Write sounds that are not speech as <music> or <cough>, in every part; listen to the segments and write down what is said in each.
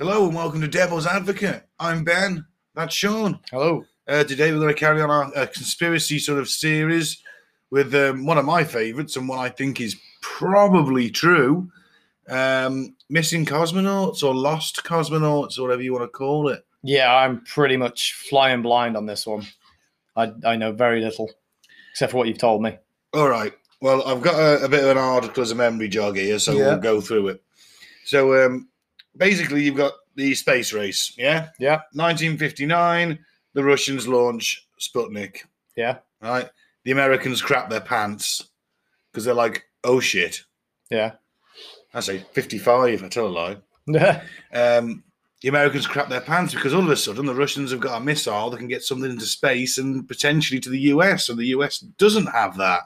welcome to Devil's Advocate. I'm Ben. That's Sean. Hello. Uh, today we're going to carry on our uh, conspiracy sort of series with um, one of my favourites and one I think is probably true: um, missing cosmonauts or lost cosmonauts, or whatever you want to call it. Yeah, I'm pretty much flying blind on this one. I, I know very little, except for what you've told me. <laughs> All right. Well, I've got a, a bit of an article as a memory jog here, so Yeah. we'll go through it. So um, basically, you've got the space race. Yeah. Yeah. 1959, the Russians launch Sputnik. Yeah. Right. The Americans crap their pants because they're like, oh shit. Yeah. I say 55. I tell a lie. yeah. Um, the Americans crap their pants because all of a sudden the Russians have got a missile that can get something into space and potentially to the US, and the US doesn't have that.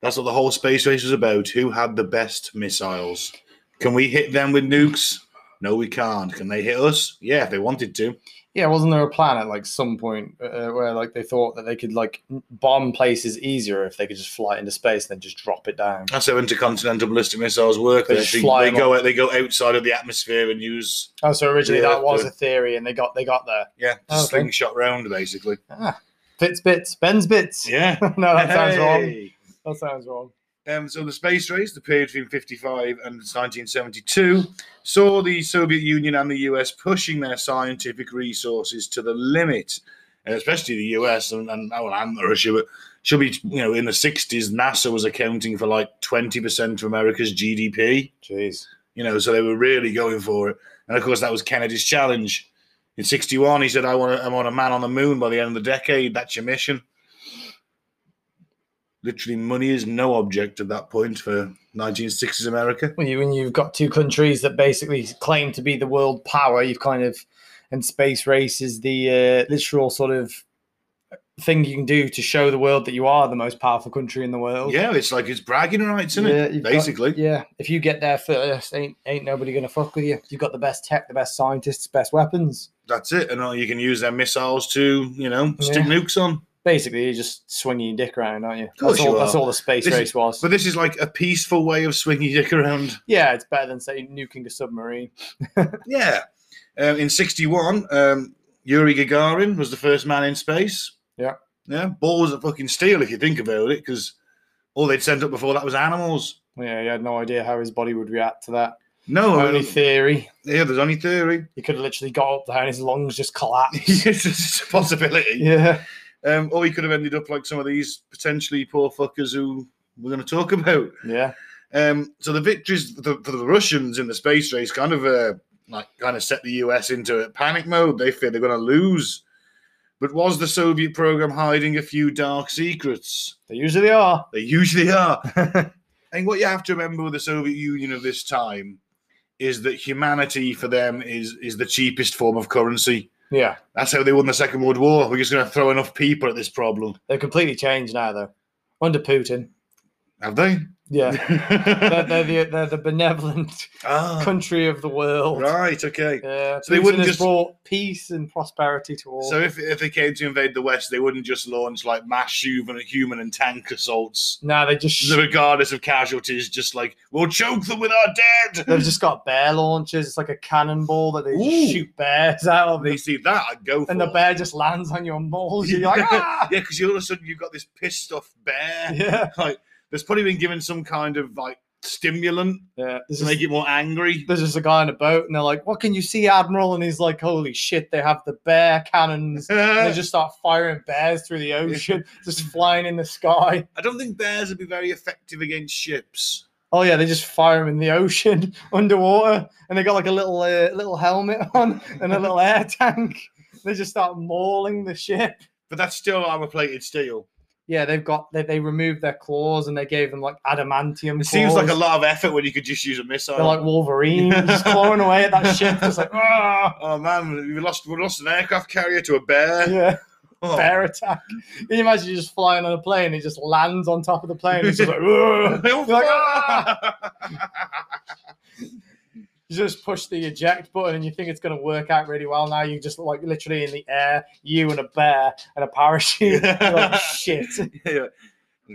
That's what the whole space race was about. Who had the best missiles? Can we hit them with nukes? No, we can't. Can they hit us? Yeah, if they wanted to. Wasn't there a plan at like some point uh, where like they thought that they could like bomb places easier if they could just fly it into space and then just drop it down? That's how intercontinental ballistic missiles work. They They, just actually- fly they them go out- they go outside of the atmosphere and use Oh, so originally Yeah, that was the- a theory, and they got they got there. yeah Oh, Okay. slingshot round basically. Ah, Fitz bits, Ben's bits. Yeah, <laughs> no, <laughs> that sounds wrong. Hey. That sounds wrong. Um, so the space race, the period between 55 and 1972, saw the Soviet Union and the US pushing their scientific resources to the limit, and especially the US and, and, oh, well, and Russia. But should be, you know, in the 60s, NASA was accounting for like 20% of America's GDP. Jeez. You know, so they were really going for it. And of course, that was Kennedy's challenge. In 61, he said, I want, to, I want a man on the moon by the end of the decade. That's your mission. Literally, money is no object at that point for 1960s America. when, you, when you've got two countries that basically claim to be the world power, you've kind of, and space race is the uh, literal sort of thing you can do to show the world that you are the most powerful country in the world. Yeah, it's like it's bragging rights, isn't Yeah, it? you've got- Basically. Yeah, if you get there first, ain't ain't nobody gonna fuck with you. You've got the best tech, the best scientists, best weapons. That's it. And all- you can use their missiles to, you know, stick Yeah. nukes on. Basically, you're just swinging your dick around, aren't you? course That's all. you That's are. all the space This is- race was. But this is like a peaceful way of swinging your dick around. yeah, it's better than say nuking a submarine. Yeah. Um, in 61, um, Yuri Gagarin was the first man in space. Yeah. Yeah. Balls of fucking steel, if you think about it, because all they'd sent up before that was animals. Yeah, you had no idea how his body would react to that. No, um, Only theory. yeah, there's only theory. <laughs> He could have literally got up there and his lungs just collapsed. it's just a possibility. yeah. Um, or he could have ended up like some of these potentially poor fuckers who we're going to talk about. Yeah. Um, so the victories for the, for the Russians in the space race kind of uh, like kind of set the US into a panic mode. They fear they're going to lose. But was the Soviet program hiding a few dark secrets? They usually are. They usually are. <laughs> and what you have to remember with the Soviet Union of this time is that humanity for them is is the cheapest form of currency. Yeah. That's how they won the Second World War. We're just going to throw enough people at this problem, They've completely changed now though. Under Putin. have they? Yeah. <laughs> they're, they're the they're <laughs> the benevolent ah, country of the world. right. Okay. Yeah. So they Putin wouldn't has just- brought peace and prosperity to all. So if, if they came to invade the West, they wouldn't just launch like mass human, human and tank assaults, now they <laughs> just sh- regardless of casualties. Just like we'll choke them with our dead. they've just got bear launchers. It's like a cannonball that they Ooh. shoot bears out <laughs> of. They see that, I'd go for. and <laughs> the it. bear just lands on your moles. You're like, ah! <laughs> yeah, because all of a sudden you've got this pissed off bear. Yeah. Like there's probably been given some kind of like stimulant Yeah. This to is- make it more <laughs> angry. <laughs> there's just a guy on a boat and they're like, What can you see, Admiral? And he's like, Holy shit, they have the bear cannons. And they just start firing <laughs> bears through the ocean, just flying in the sky. I don't think bears would be very effective against ships. Oh yeah, they just fire them in the ocean <laughs> underwater, and they got like a little uh, little helmet <laughs> on and a little air tank. They just start mauling the ship. But that's still armor plated steel. Yeah, they've got they, they removed their claws and they gave them like adamantium. It seems like a claws. lot of effort when you could just use a missile. They're like <laughs> Wolverine, just clawing away at that ship. Just like <laughs> ah, Oh man, we lost we lost an aircraft carrier to a bear. yeah, Oh. bear attack. Can you imagine you're just flying on a plane and it just lands on top of the plane? It's just like, "Ugh." <laughs> Oh, You're <laughs> like, fuck. you just push the eject button and you think it's going to work out really well. Now you just like literally in the air, you and a bear and a parachute. You're like, shit. <laughs> Yeah.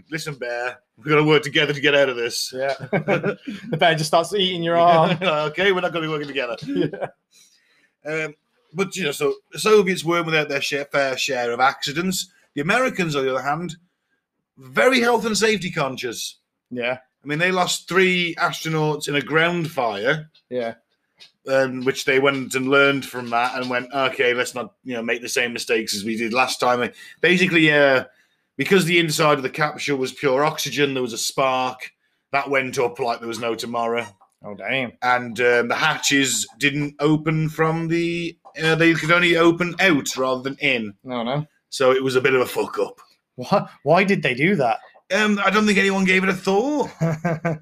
Listen, bear, we're gonna work together to get out of this. <laughs> Yeah. the bear just starts eating your arm. <laughs> okay, we're not gonna be working together. Yeah. Um, but you know, so the Soviets weren't without their share, fair share of accidents. The Americans, on the other hand, very health and safety conscious. <laughs> Yeah. I mean, they lost three astronauts in a ground fire, Yeah. um, which they went and learned from that and went, okay, let's not you know make the same mistakes as we did last time. Like, Basically, uh, because the inside of the capsule was pure oxygen, there was a spark that went up like there was no tomorrow, Oh damn. and um, the hatches didn't open from the. Uh, they could only open out rather than in, No, no. so it was a bit of a fuck up. Why, why did they do that? Um, I don't think anyone gave it a thought.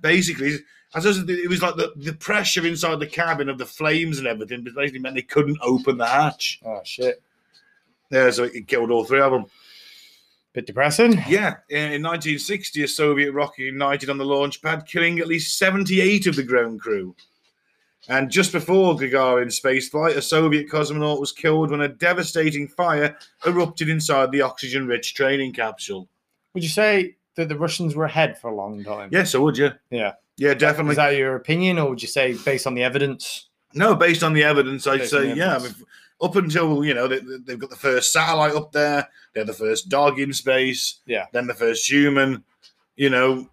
basically, I suppose it was like the, the pressure inside the cabin of the flames and everything, but basically meant they couldn't open the hatch. <laughs> oh shit. Yeah, so it killed all three of them. Bit depressing. Yeah, in 1960, a Soviet rocket ignited on the launch pad, killing at least 78 of the ground crew. And just before Gagarin's spaceflight, a Soviet cosmonaut was killed when a devastating fire erupted inside the oxygen-rich training capsule. Would you say that the Russians were ahead for a long time? Yes, I would, yeah. Yeah. Yeah, definitely. Is that your opinion, or would you say based on the evidence? No, based on the evidence, I'd Based on say the yeah. I mean, evidence. up until you know they, they- they've got the first satellite up there, they're the first dog in space, Yeah. Then the first human. You know,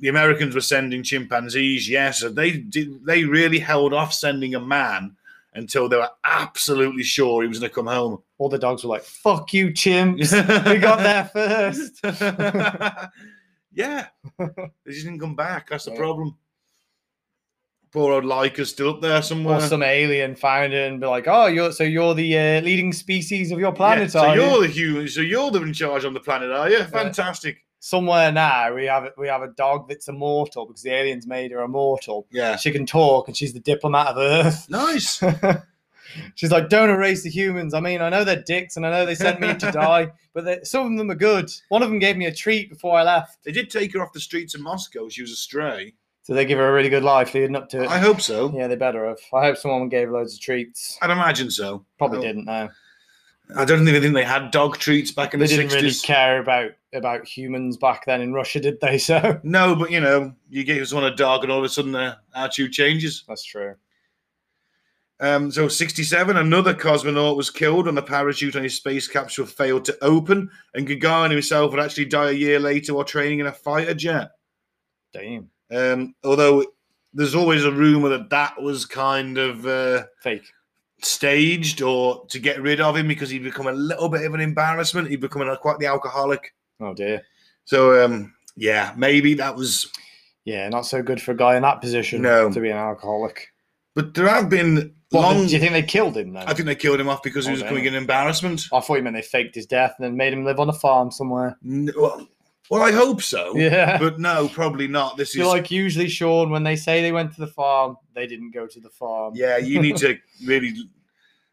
the Americans were sending chimpanzees. Yes, and they did. They really held off sending a man until they were absolutely sure he was going to come <laughs> home. All the dogs were like, "Fuck you, chimps. <laughs> we got there first. yeah, they just didn't come back. That's the Yeah. problem. Poor old Leica's still up there somewhere. Or some alien found it and be like, "Oh, you're so you're the uh, leading species of your planet, Yeah, so are you?" you're the human. So you're the in charge on the planet, are you? Fantastic. Somewhere now we have we have a dog that's immortal because the aliens made her immortal. Yeah. She can talk and she's the diplomat of Earth. <laughs> Nice. She's like, "Don't erase the humans. I mean, I know they're dicks and I know they sent me to <laughs> die, but they, some of them are good. One of them gave me a treat before I left, They did take her off the streets of Moscow. She was astray. so they give her a really good life leading up to it." I hope so. Yeah, they better have. I hope someone gave loads of treats. I'd imagine so. Probably Oh. didn't though. I don't even think they had dog treats back in They the didn't 60s. really care about about humans back then in Russia, did they? <laughs> So No, but you know, you give someone a dog and all of a sudden their attitude changes. that's true. Um, so, 67, another cosmonaut was killed when the parachute on his space capsule failed to open, and Gagarin himself would actually die a year later while training in a fighter jet. Damn, Um, although there's always a rumor that that was kind of uh, fake. staged or to get rid of him because he'd become a little bit of an embarrassment. He'd become a, quite the alcoholic. Oh dear. So, um, yeah, maybe that was. Yeah, not so good for a guy in that position No. to be an alcoholic. But there have been What, long. do you think they killed him though? I I, think they killed him off because he Oh, was damn. becoming an embarrassment. thought you meant they faked his death and then made him live on a farm somewhere. N- Well, well, I hope so. Yeah. Oh, But no, probably not. This is. You're like usually Sean when they say they went to the farm, they didn't go to the farm. yeah, you need to really.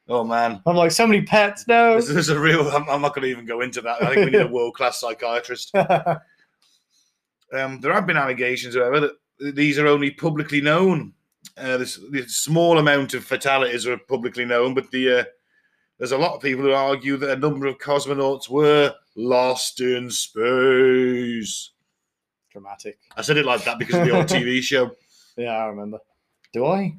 Oh, man. <laughs> I'm like so many pets. No. This is a real. I'm, I'm not going to even go into that. I think we need a world class psychiatrist. Um, there have been allegations, however, that th- these are only publicly known. Uh, this, this small amount of fatalities are publicly known, but the uh, there's a lot of people who argue that a number of cosmonauts were lost in space. <laughs> Dramatic. I said it like that because of the old TV <laughs> show. Yeah, I remember. Do I?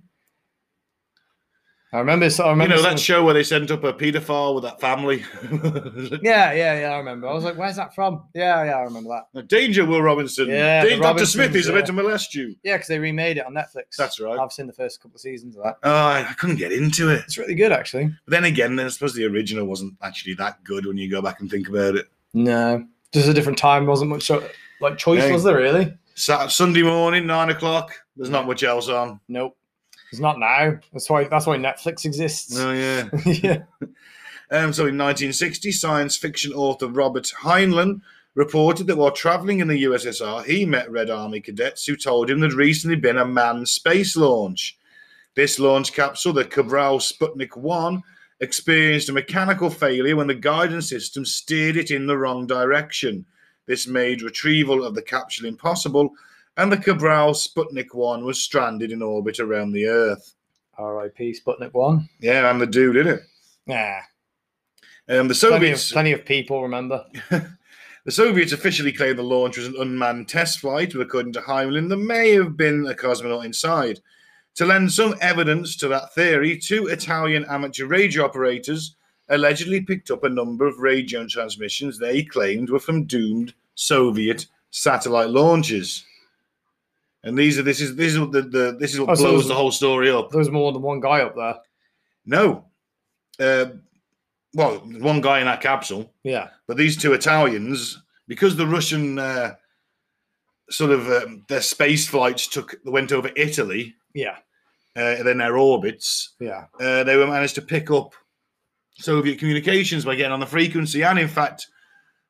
I remember. So I You remember. know that some- show where they sent up a paedophile with that family. <laughs> yeah, yeah, yeah. I remember. I was like, "Where's that from?" Yeah, yeah. I remember that. Danger, Will Robinson. Yeah, the Dan- Dr. Smith Robinsons, is about yeah. to molest you. Yeah, because they remade it on Netflix. That's right. I've seen the first couple of seasons of that. Oh, I I couldn't get into it. It's really good, actually. But then again, I suppose the original wasn't actually that good when you go back and think about it. No, just a different time. Wasn't much uh, like choice, Hey. was there really? Sat Sunday morning, nine o'clock. There's not much else on. Nope. It's not now. That's why. That's why Netflix exists. Oh yeah. <laughs> yeah. Um, so in 1960, science fiction author Robert Heinlein reported that while traveling in the USSR, he met Red Army cadets who told him there'd recently been a manned space launch. This launch capsule, the Cabral Sputnik 1, experienced a mechanical failure when the guidance system steered it in the wrong direction. This made retrieval of the capsule impossible, and the Cabral Sputnik 1 was stranded in orbit around the Earth. R.I.P. Sputnik One. Yeah, and the dude, did it? Yeah. Um, the Plenty of, Soviets, plenty of people remember. the Soviets officially claimed the launch was an unmanned test flight, but according to Heimlin, there may have been a cosmonaut inside. to lend some evidence to that theory, two Italian amateur radio operators allegedly picked up a number of radio transmissions they claimed were from doomed Soviet satellite launches. And these are this is this is what the, the this is what Oh, so blows there's- the whole story up. There was more than one guy up there. No, uh, well, one guy in that capsule, Yeah. but these two Italians, because the Russian uh, sort of um, their space flights took went over Italy, Yeah. uh, then their orbits, Yeah. uh, they were managed to pick up Soviet communications by getting on the frequency. And in fact,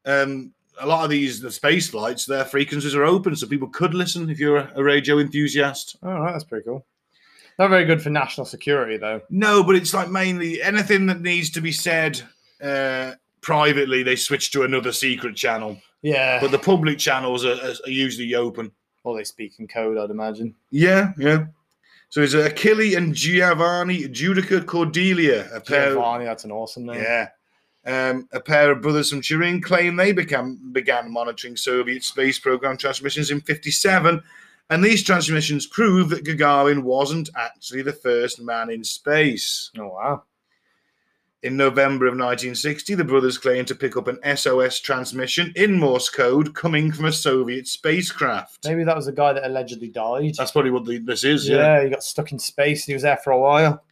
um, a lot of these the space flights, their frequencies are open, so people could listen if you're a, a radio enthusiast. All right. That's pretty cool. Not very good for national security, though. No, but it's like mainly anything that needs to be said uh, privately, they switch to another secret channel. Yeah. But the public channels are, are, are usually open. Well, they speak in code, I'd imagine. Yeah, yeah. So it's uh, Achille and Giovanni Judica Cordelia, a pair. Giovanni, that's an awesome name. Yeah. Um, a pair of brothers from Turin claim they became, began monitoring Soviet space program transmissions in 57, and these transmissions prove that Gagarin wasn't actually the first man in space. Oh wow. In November of 1960, the brothers claimed to pick up an SOS transmission in Morse code coming from a Soviet spacecraft. Maybe that was the guy that allegedly died. That's probably what the, this is, yeah. yeah, he got stuck in space and he was there for a while.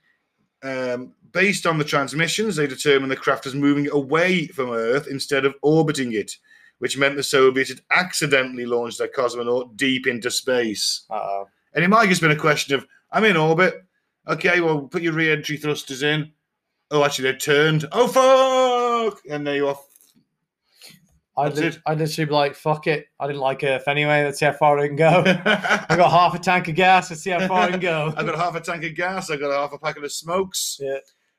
Um, based on the transmissions, they determined the craft was moving away from Earth instead of orbiting it, which meant the Soviets had accidentally launched their cosmonaut deep into space. Uh-oh. And it might have just been a question of, I'm in orbit. Okay, well, put your re entry thrusters in. Oh, actually, they turned. Oh, fuck! And there you are. I'd, That's li- it. I'd literally be like, fuck it. I didn't like Earth anyway. Let's see how far I can go. <laughs> I <laughs> I got half a tank of gas. Let's see how far I can <laughs> go. got half a tank of gas. I got half a packet of smokes. Yeah.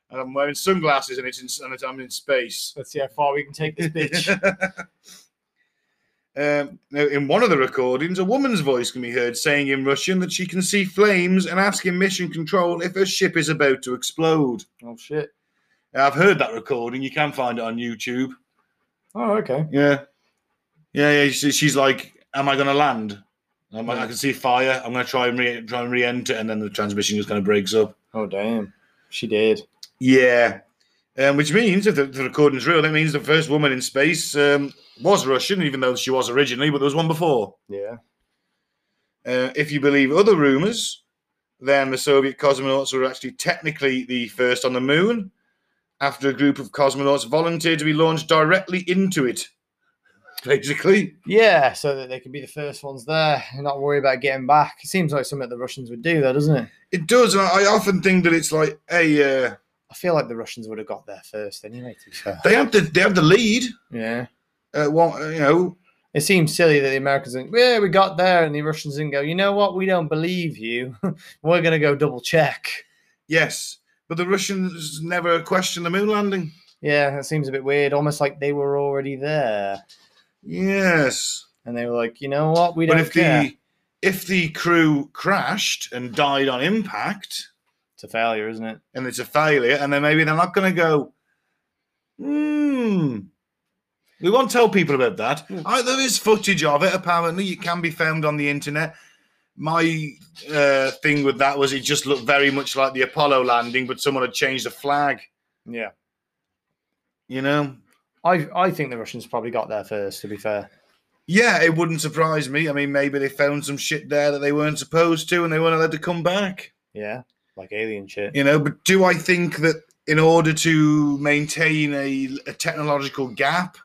And I'm wearing sunglasses, and it's in, and it's, I'm in space. Let's see how far we can take <laughs> this bitch. <laughs> Um, now, in one of the recordings, a woman's voice can be heard saying in Russian that she can see flames and asking mission control if her ship is about to explode. oh, shit. Now, I've heard that recording. You can find it on YouTube. Oh, okay. Yeah, yeah, yeah. she- She's like, "Am I going to land? I'm like, I can see fire. I'm going to try and re- try and re-enter, and then the transmission just kind of breaks up." Oh, damn. She did. Yeah, um, which means if the, the recording's real, that means the first woman in space um, was Russian, even though she was originally, but there was one before. Yeah. Uh, if you believe other rumors, then the Soviet cosmonauts were actually technically the first on the moon after a group of cosmonauts volunteered to be launched directly into it. Basically, Yeah, so that they could be the first ones there and not worry about getting back. It seems like something the Russians would do, though, doesn't it? it does. And I I often think that it's like, hey, uh, I feel like the Russians would have got there first anyway, to be fair. they have the they have the lead. Yeah. Uh, well, uh, you know, It seems silly that the Americans think, yeah, we got there, and the Russians didn't go, you know what, we don't believe you. <laughs> We're going to go double check. yes, but the Russians never questioned the moon landing. Yeah, that seems a bit weird, almost like they were already there. Yes, And they were like, you know what, we but don't if care. the if the crew crashed and died on impact, It's a failure, isn't it? and it's a failure, and then maybe they're not going to go. Hmm. We won't tell people about that. Hmm. I, there is footage of it. Apparently, it can be found on the internet. My uh, thing with that was it just looked very much like the Apollo landing, but someone had changed the flag. Yeah. You know. I, I think the Russians probably got there first, to be fair. Yeah, it wouldn't surprise me. I mean, maybe they found some shit there that they weren't supposed to, and they weren't allowed to come back. Yeah. Like alien shit. you know but do i think that in order to maintain a, a technological gap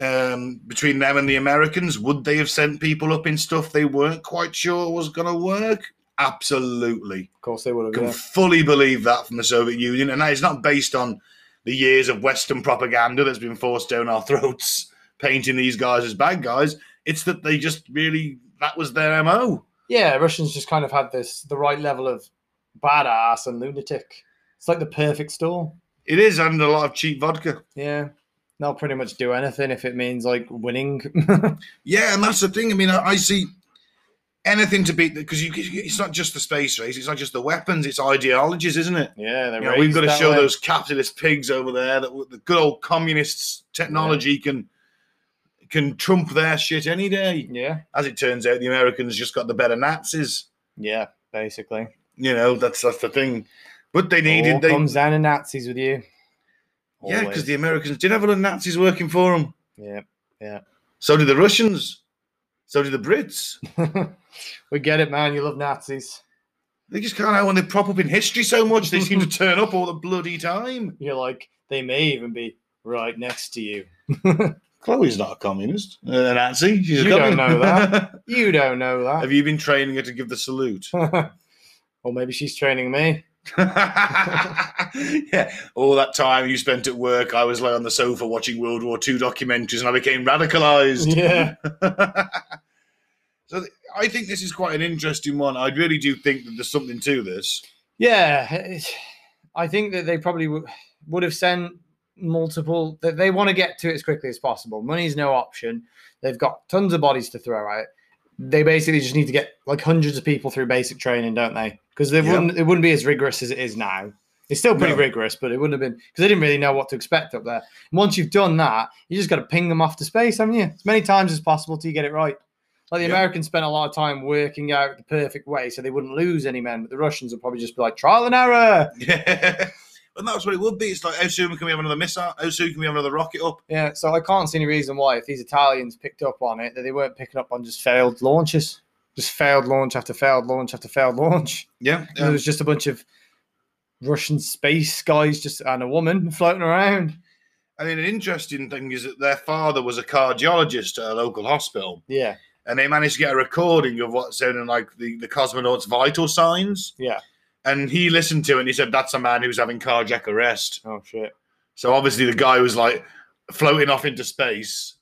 um, between them and the americans would they have sent people up in stuff they weren't quite sure was going to work absolutely Of course they would can have. Yeah. fully believe that from the soviet union and that is not based on the years of western propaganda that's been forced down our <laughs> throats painting these guys as bad guys it's that they just really that was their mo yeah, Russians just kind of had this, the right level of badass and lunatic. It's like the perfect storm. it is and a lot of cheap vodka Yeah. They'll pretty much do anything if it means like winning. Yeah, and that's the thing. I mean, I, I see anything to beat because you, it's not just the space race; it's not just the weapons; it's ideologies, isn't it? yeah, they're You know, we've got to raised show that way. those capitalist pigs over there that w- the good old communists technology can can trump their shit any day. Yeah, As it turns out, the Americans just got the better Nazis. yeah, basically. You know, that's that's the thing. But they needed All they comes down to Nazis with you. yeah, Always. because the Americans did have a lot of Nazis working for them. yeah. So did the Russians. So did the Brits. <laughs> we get it, man. You love Nazis. They just can't help when they prop up in history so much. They <laughs> seem to turn up all the bloody time. You're like, they may even be right next to you. Chloe's not a communist, a Nazi. She's a You don't communist. <laughs> know that. You don't know have that. you been training her to give the salute? <laughs> or maybe she's training me. <laughs> yeah, all that time you spent at work, I was like on the sofa watching World War II documentaries, and I became radicalized. Yeah. <laughs> so th- I think this is quite an interesting one. I really do think that there's something to this. Yeah, it's- I think that they probably w- would have sent multiple. That they want to get to it as quickly as possible. Money's no option. They've got tons of bodies to throw out. They basically just need to get like hundreds of people through basic training, don't they? Because they Yeah. wouldn't. It wouldn't be as rigorous as it is now. It's still pretty No. rigorous, but it wouldn't have been because they didn't really know what to expect up there. And once you've done that, you just got to ping them off to space, haven't you? As many times as possible till you get it right. Like the Yeah. Americans spent a lot of time working out the perfect way so they wouldn't lose any men, but the Russians would probably just be like trial and error. Yeah. <laughs> And that's what it would be. It's like, how soon can we have another missile? How soon can we have another rocket up? Yeah, so I can't see any reason why if these Italians picked up on it that they weren't picking up on just failed launches, just failed launch after failed launch after failed launch. Yeah. There um, was just a bunch of Russian space guys just and a woman floating around. I mean, an interesting thing is that their father was a cardiologist at a local hospital, Yeah, and they managed to get a recording of what sounded like the, the cosmonauts' vital signs. yeah. And he listened to it and he said, That's a man who's having cardiac arrest. Oh shit, So obviously the guy was like floating off into space,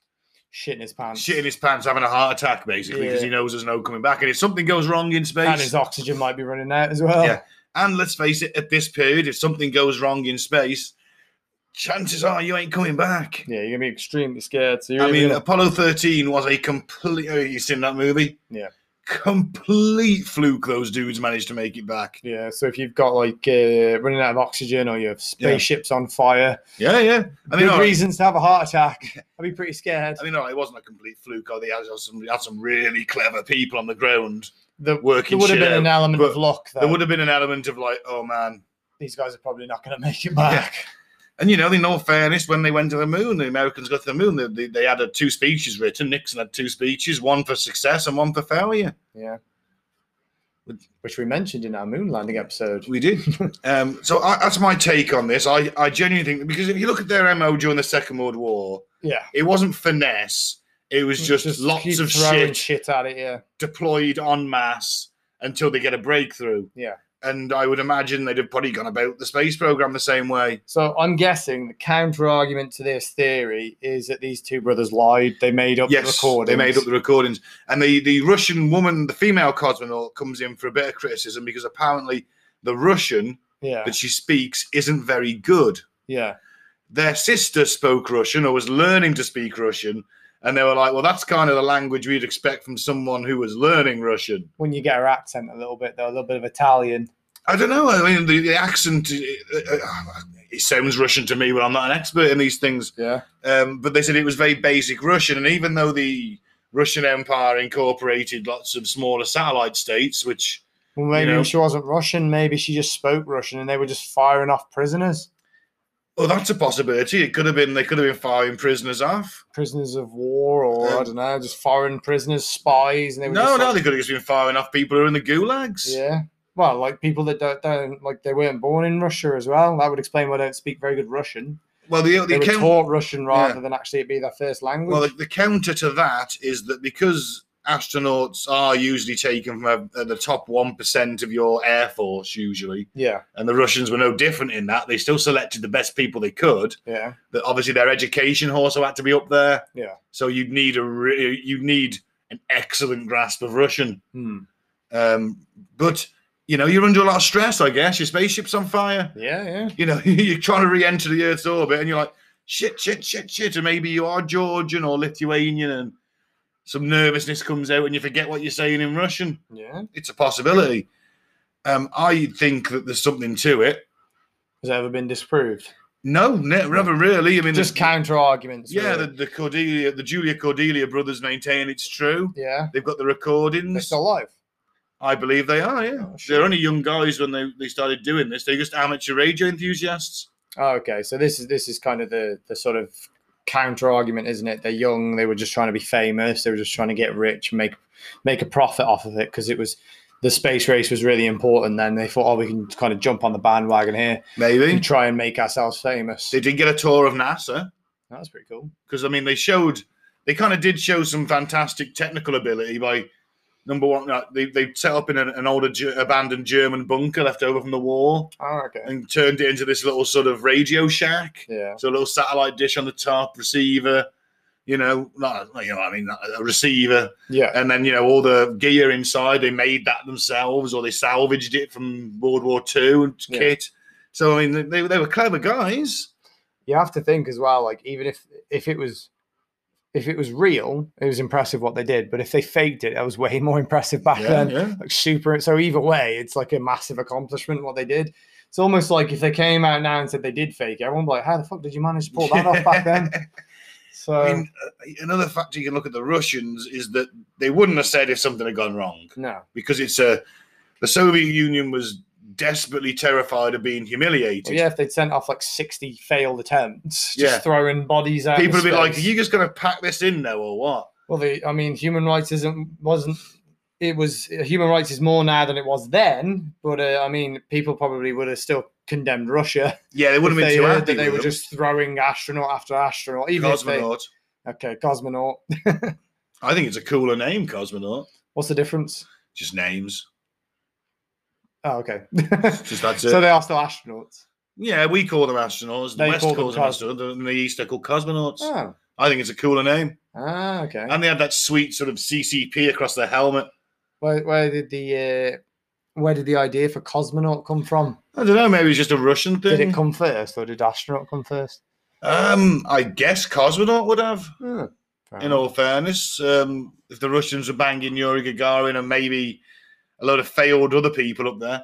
shit in his pants. shitting his pants, having a heart attack basically, because Yeah. he knows there's no coming back. And if something goes wrong in space, and his oxygen might be running out as well. Yeah. And let's face it, at this period, if something goes wrong in space, chances are you ain't coming back. Yeah, you're gonna be extremely scared. So you're I either mean, gonna- Apollo 13 was a complete. Oh, you seen that movie? Yeah. Complete fluke, those dudes managed to make it back. Yeah, so if you've got like uh, running out of oxygen or your spaceship's on fire, Yeah, yeah. I mean, good all right, reasons to have a heart attack. I'd be pretty scared. I mean, all right, it wasn't a complete fluke. Oh, they had some, had some really clever people on the ground The, there working would have shit been out. an element but of luck, there though. would have been an element of like, oh man. These guys are probably not going to make it back. And you know, in all fairness, when they went to the moon, the Americans got to the moon. They, they, they had uh two speeches written. Nixon had two speeches, one for success and one for failure. Yeah. Would- Which we mentioned in our moon landing episode. We did. um, so I, that's my take on this. I, I genuinely think because if you look at their mo during the Second World War, Yeah. it wasn't finesse. It was just, lots keep of throwing shit shit at it, yeah. deployed en masse until they get a breakthrough. Yeah. And I would imagine they'd have probably gone about the space program the same way. So I'm guessing the counter argument to this theory is that these two brothers lied. They made up the yes, recording. they made up the recordings. And the, the Russian woman, the female cosmonaut, comes in for a bit of criticism because apparently the Russian Yeah. that she speaks isn't very good. Yeah. their sister spoke Russian or was learning to speak Russian. And they were like, well, that's kind of the language we'd expect from someone who was learning Russian. When you get her accent a little bit, though, a little bit of Italian. I don't know. I mean, the, the accent, it, it sounds Russian to me, but I'm not an expert in these things. Yeah. Um, but they said it was very basic Russian. And even though the Russian Empire incorporated lots of smaller satellite states, which Well, maybe know? she wasn't Russian. Maybe she just spoke Russian, and they were just firing off prisoners, Oh, that's a possibility. It could have been they could have been firing prisoners off. prisoners of war, or I Um, don't know, just foreign prisoners, spies, and they were No, just no, like- they could have just been firing off people who are in the gulags. yeah. Well, like people that don't, don't like they weren't born in Russia as well. That would explain why they don't speak very good Russian. Well, the, the They were account- taught Russian rather yeah. than actually it be their first language. Well, the, the counter to that is that because astronauts are usually taken from uh, the top 1% of your air force, usually, yeah, and the Russians were no different in that, they still selected the best people they could. yeah, That obviously their education also had to be up there. Yeah. So you'd need a re- you need an excellent grasp of Russian. hmm. Um, but you know you're under a lot of stress, I guess. Your spaceship's on fire yeah, yeah. you know, <laughs> you're trying to re-enter the Earth's orbit, and you're like, shit, shit, shit, shit, and maybe you are Georgian or Lithuanian, and some nervousness comes out, and you forget what you're saying in Russian. Yeah, It's a possibility. Um, I think that there's something to it. has that ever been disproved? No, ne- never really. I mean, Just the- counter arguments. yeah, the, really. the Cordelia, the Julia Cordelia brothers maintain it's true. yeah, They've got the they're recordings. still alive. I believe they are. Yeah, Oh, sure. they're only young guys when they, they started doing this. They're just amateur radio enthusiasts. Oh, okay. So this is this is kind of the the sort of counter argument, isn't it? They're young. They were just trying to be famous. They were just trying to get rich, and make make a profit off of it because it was the space race was really important. Then they thought, oh, we can kind of jump on the bandwagon here Maybe and try and make ourselves famous. they did get a tour of NASA That's pretty cool. because I mean they showed they kind of did show some fantastic technical ability by number one uh, they they set up in an, an older Ge- abandoned German bunker left over from the war Oh, okay. and turned it into this little sort of radio shack. Yeah. So a little satellite dish on the top, receiver, you know, not you know, what I mean, not a receiver, Yeah. and then you know all the gear inside. They made that themselves, or they salvaged it from World War Two and Yeah. kit. So I mean, they, they were clever guys. You have to think as well. Like even if if it was. If it was real, it was impressive what they did. But if they faked it, that was way <laughs> more impressive back then. yeah. like super. So either way, it's like a massive accomplishment what they did. It's almost like if they came out now and said they did fake it, everyone would be like, "How the fuck did you manage to pull that off back then?" <laughs> So I mean, uh, another factor you can look at the Russians is that they wouldn't have said if something had gone wrong no, because it's a the Soviet Union was desperately terrified of being humiliated. Well, yeah, if they'd sent off like sixty failed attempts, just Yeah. throwing bodies out. People would be like, "Are space. you just going to pack this in now or what?" Well, the, I mean, human rights isn't wasn't. It was human rights is more now than it was then, but uh, I mean, people probably would have still condemned Russia. Yeah, they wouldn't if have they been too heard happy. that they with were them. just throwing astronaut after astronaut, even if they, cosmonaut. okay, cosmonaut. I think it's a cooler name, cosmonaut. What's the difference? Just names. Oh, okay. <laughs> Just that's it. so they are still astronauts. yeah, we call them astronauts. The They West call them calls them cos- astronauts, and the East are called cosmonauts. Oh, I think it's a cooler name. ah, okay. And they had that sweet sort of CCP across their helmet. where, where did the uh, where did the idea for cosmonaut come from? I don't know. Maybe it's just a Russian thing. Did it come first, or did astronaut come first? Um, I guess cosmonaut would have. Hmm, fair In enough. all fairness, um, if the Russians were banging Yuri Gagarin and maybe a lot of failed other people up there,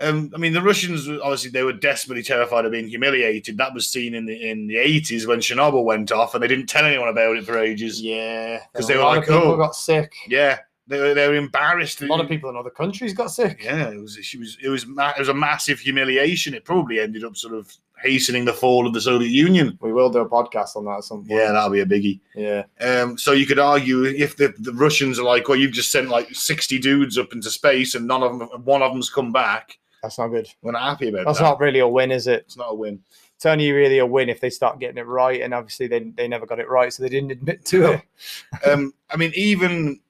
um, I mean, the Russians were- obviously they were desperately terrified of being humiliated. That was seen in the in the eighties when Chernobyl went off, and they didn't tell anyone about it for ages. yeah, 'Cause there they were a lot like, of people "Oh." got sick. Yeah, they were, they were embarrassed. A lot of people in other countries got sick. Yeah, it was it was it was, ma- it was a massive humiliation. It probably ended up sort of hastening the fall of the Soviet Union. We will do a podcast on that at some point. Yeah, that'll be a biggie. yeah. Um, so you could argue if the, the Russians are like, well, you've just sent like sixty dudes up into space and none of them, one of them's come back. That's not good. We're not happy about That's that. not really a win, is it? it's not a win. It's only really a win if they start getting it right, and obviously they, they never got it right, so they didn't admit to <laughs> it. Um, I mean, even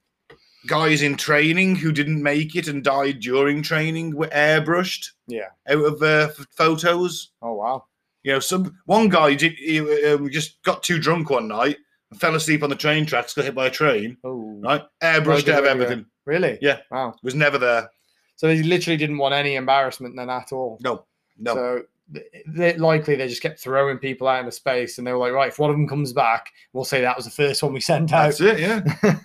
guys in training who didn't make it and died during training were airbrushed Yeah. out of uh, f- photos. Oh wow. You know, some one guy did he, um, just got too drunk one night and fell asleep on the train tracks, got hit by a train. Oh. Right, airbrushed Bloody out of radio. everything. Really? Yeah. Wow. Was never there. So they literally didn't want any embarrassment then at all. No, no. So th- they, likely they just kept throwing people out into space, and they were like, right, if one of them comes back, we'll say that was the first one we sent out. That's it, <laughs> yeah.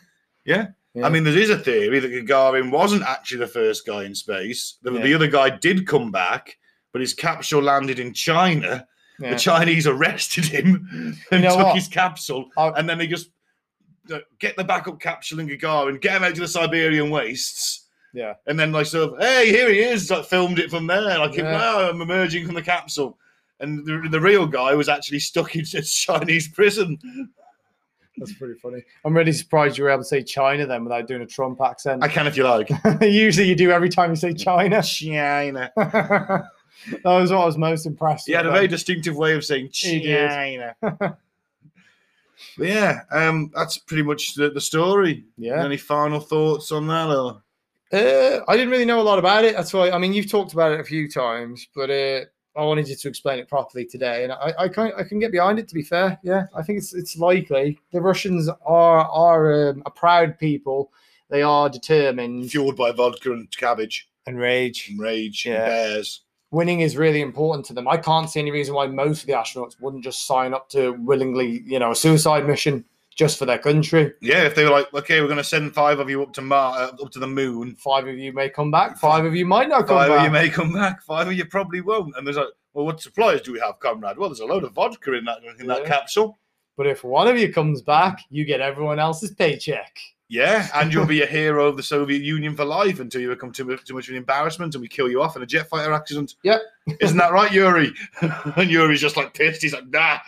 yeah. Yeah. I mean, there is a theory that Gagarin wasn't actually the first guy in space. The, the Yeah. other guy did come back, but his capsule landed in China. Yeah. The Chinese arrested <laughs> him and know took what? his capsule, I- and then they just uh, get the backup capsule in Gagarin, get him out to the Siberian wastes. Yeah. And then, like, sort of, hey, here he is. Like, filmed it from there. Like, Yeah. wow, I'm emerging from the capsule. And the, the real guy was actually stuck in a <laughs> Chinese prison. That's pretty funny. I'm really surprised you were able to say China then without doing a Trump accent. I can if you like. Usually you do every time you say <laughs> China. <laughs> China. that was what I was most impressed He had a with. very then. distinctive way of saying He did. China. <laughs> but yeah, um, that's pretty much the, the story. Yeah. Any final thoughts on that? Or Uh, I didn't really know a lot about it. That's why I mean you've talked about it a few times, but uh, I wanted you to explain it properly today, and I, I can I can get behind it. To be fair, yeah, I think it's it's likely the Russians are are um, a proud people. They are determined fueled by vodka and cabbage and rage. and rage and Yeah. bears. Winning is really important to them. I can't see any reason why most of the astronauts wouldn't just sign up to willingly, you know, a suicide mission just for their country. Yeah, if they were like, okay, we're going to send five of you up to Mar- uh, up to the moon. Five of you may come back. Five of you might not come Five back. of you may come back. Five of you probably won't. And there's like, well, what supplies do we have, comrade? Well, there's a load of vodka in that in that Yeah. capsule. But if one of you comes back, you get everyone else's paycheck. <laughs> Yeah, and you'll be a hero of the Soviet Union for life until you become too, mu- too much of an embarrassment and we kill you off in a jet fighter accident. Yep. Isn't that right, <laughs> Yuri? and Yuri's just like pissed. He's like, nah.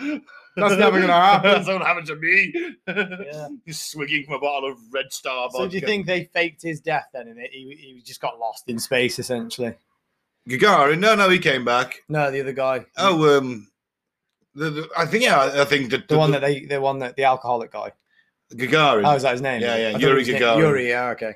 That's <laughs> never gonna happen. That's not happened to me. Yeah. <laughs> He's swigging from a bottle of Red Star vodka. So do you think they faked his death then? In it, he, he just got lost in space essentially. Gagarin? No, no, he came back. No, the other guy. Oh, um, the, the, I think yeah, I- I think the, the one that they, the one that the alcoholic guy. Gagarin. Oh, is that his name? Yeah, yeah, I thought Yuri it was his name- Gagarin. Yuri, yeah, okay.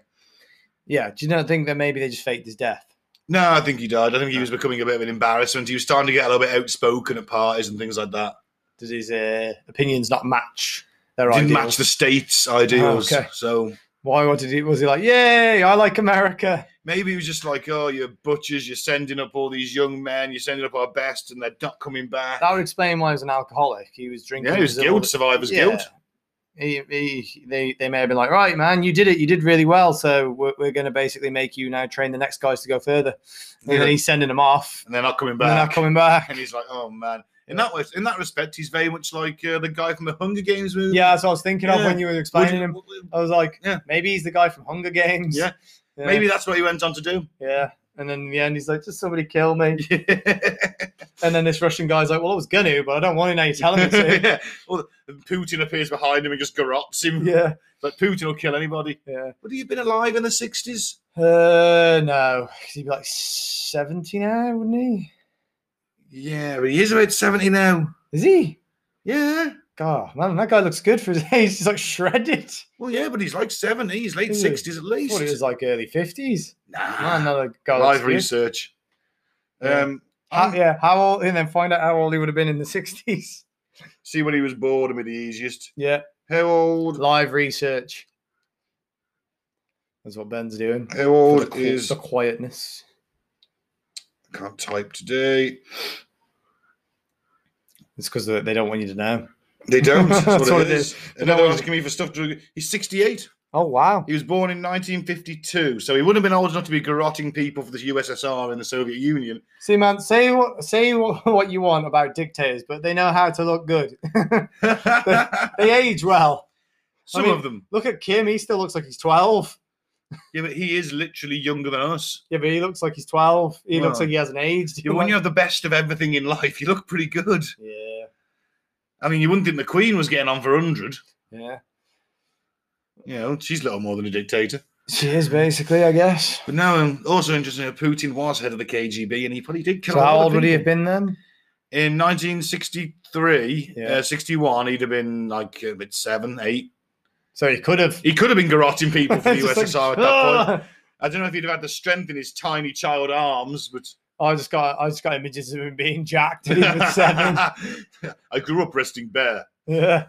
Yeah, do you not think that maybe they just faked his death? No, I think he died. I think he was becoming a bit of an embarrassment. He was starting to get a little bit outspoken at parties and things like that. Does his uh, opinions not match their Didn't ideals? match the state's ideals. okay. So Why what did he? Was he like, yay, I like America? maybe he was just like, oh, you're butchers, you're sending up all these young men, you're sending up our best, and they're not coming back. That would explain why he was an alcoholic. He was drinking. yeah, it was because of all guilt, the- survivor's Yeah. guilt. He, he, they, they may have been like, right, man, you did it. You did really well. So we're, we're going to basically make you now train the next guys to go further. And Yeah. then he's sending them off. And they're not coming And they're back. not coming back. And he's like, oh, man. In that way, in that respect, he's very much like uh, the guy from the Hunger Games movie. Yeah, that's what I was thinking of Yeah. when you were Would you- explaining him. I was like, Yeah. maybe he's the guy from Hunger Games. Yeah. Yeah. Maybe that's what he went on to <laughs> do. Yeah. And then in the end, he's like, just somebody kill me. And then this Russian guy's like, well, I was going to, but I don't want to now. You're telling me to. <laughs> yeah. Well, Putin appears behind him and just garrots him. yeah. Like Putin will kill anybody. Yeah. Would he have been alive in the sixties? Uh, no. 'Cause He'd be like 70 now, wouldn't he? Yeah, but he is about seventy now. Is he? Yeah. God, man, that guy looks good for his <laughs> age. He's like shredded. Well, yeah, but he's like seventies, late Is he? sixties at I least. thought it was like early 50s. Man, nah. that guy looks Live good. research. Yeah. Ah, Um, How, I'm- yeah, how old, and then find out how old he would have been in the 60s. See when he was bored would be the easiest. <laughs> Yeah, How old? live research. That's what Ben's doing. How For the, old qu- is? the quietness. Can't type today. It's because they don't want you to know. They don't. <laughs> That's what, it is. They Another don't- one's asking me for stuff. To, he's sixty-eight. Oh, wow. He was born in 1952, so he wouldn't have been old enough to be garroting people for the USSR and the Soviet Union. <laughs> See, man, say what, say what <laughs> what you want about dictators, but they know how to look good. <laughs> Some They age well. mean- of them. Look at Kim; he still looks like he's twelve. Yeah, but he is literally younger than us. Yeah, but he looks like he's twelve. He looks Well. like he hasn't aged. Yeah, when you have the best of everything in life, you look pretty good. yeah, I mean, you wouldn't think the Queen was getting on for 100. yeah, You know, she's little more than a dictator. she is basically, I guess. But now, um, also interesting, that Putin was head of the KGB, and he probably did kill a So lot how of old would he people. have been then? In 1963, Yeah. uh, 61, he'd have been like a bit seven, eight. So he could <laughs> have. He could have been garroting people <laughs> for the Just like, USSR at that point. "Ah!" I don't know if he'd have had the strength in his tiny child arms, but <laughs> I just got, I just got images of him being jacked <laughs> at even seven. I grew up resting bare. Yeah,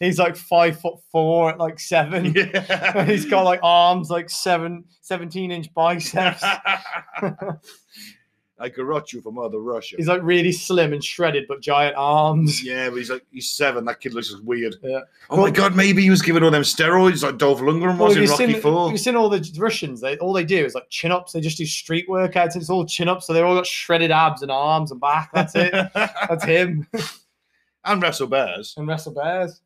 he's like five foot four at like seven. Yeah. <laughs> And <laughs> he's <laughs> got like arms like seven, 17 inch <laughs> biceps. I garrot you from other Russia. He's like really slim and shredded, but giant arms. yeah, but he's like he's seven. That kid looks weird. Yeah. Oh my god, maybe he was given all them steroids like Dolph Lundgren Well, was in have you Rocky seen, Four. have you seen all the Russians? They all they do is like chin ups. They just do street workouts. It's all chin ups. So they have all got shredded abs and arms and back. That's it. <laughs> That's him and wrestle bears and wrestle bears.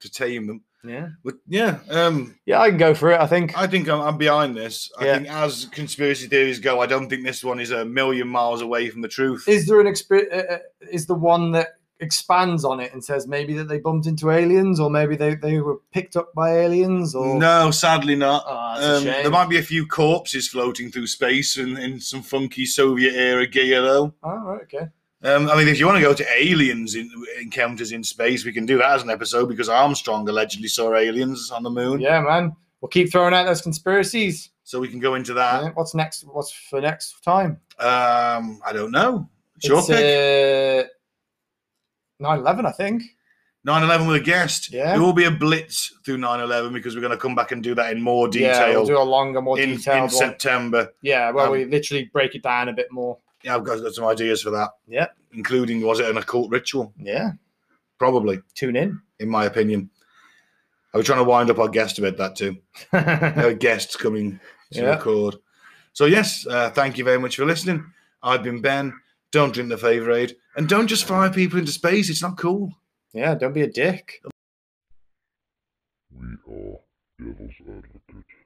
to tame them. Yeah, But yeah, um, yeah, I can go for it. I think. I think I'm, I'm behind this. I Yeah. think as conspiracy theories go, I don't think this one is a million miles away from the truth. Is there an exp- uh, uh, Is the one that expands on it and says maybe that they bumped into aliens or maybe they, they were picked up by aliens or No, sadly not. Oh, that's a Um, there shame. might be a few corpses floating through space and in some funky Soviet era gear, though. Oh, right, okay. Um, I mean, if you want to go to aliens in, encounters in space, we can do that as an episode because Armstrong allegedly saw aliens on the moon. Yeah, man. We'll keep throwing out those conspiracies. So we can go into that. Yeah, What's next? What's for next time? Um, I don't know. It's your it's pick. uh, 9-11, I think. 9 11 with a guest. Yeah. There will be a blitz through 9 11 because we're going to come back and do that in more Yeah, detail we'll do a longer, more in, in detailed one. September. Yeah, well, um, we literally break it down a bit more. Yeah, I've got, got some ideas for that. Yeah. Including, was it an occult ritual? Yeah, Probably. tune in. <laughs> in my opinion. I was trying to wind up our guest about that too. yeah, Our uh, guests coming to Yeah. record. So yes, uh, thank you very much for listening. I've been Ben. Don't drink the favour aid, and don't just fire people into space. It's not cool. don't be a dick. We are Devil's Yes, I did.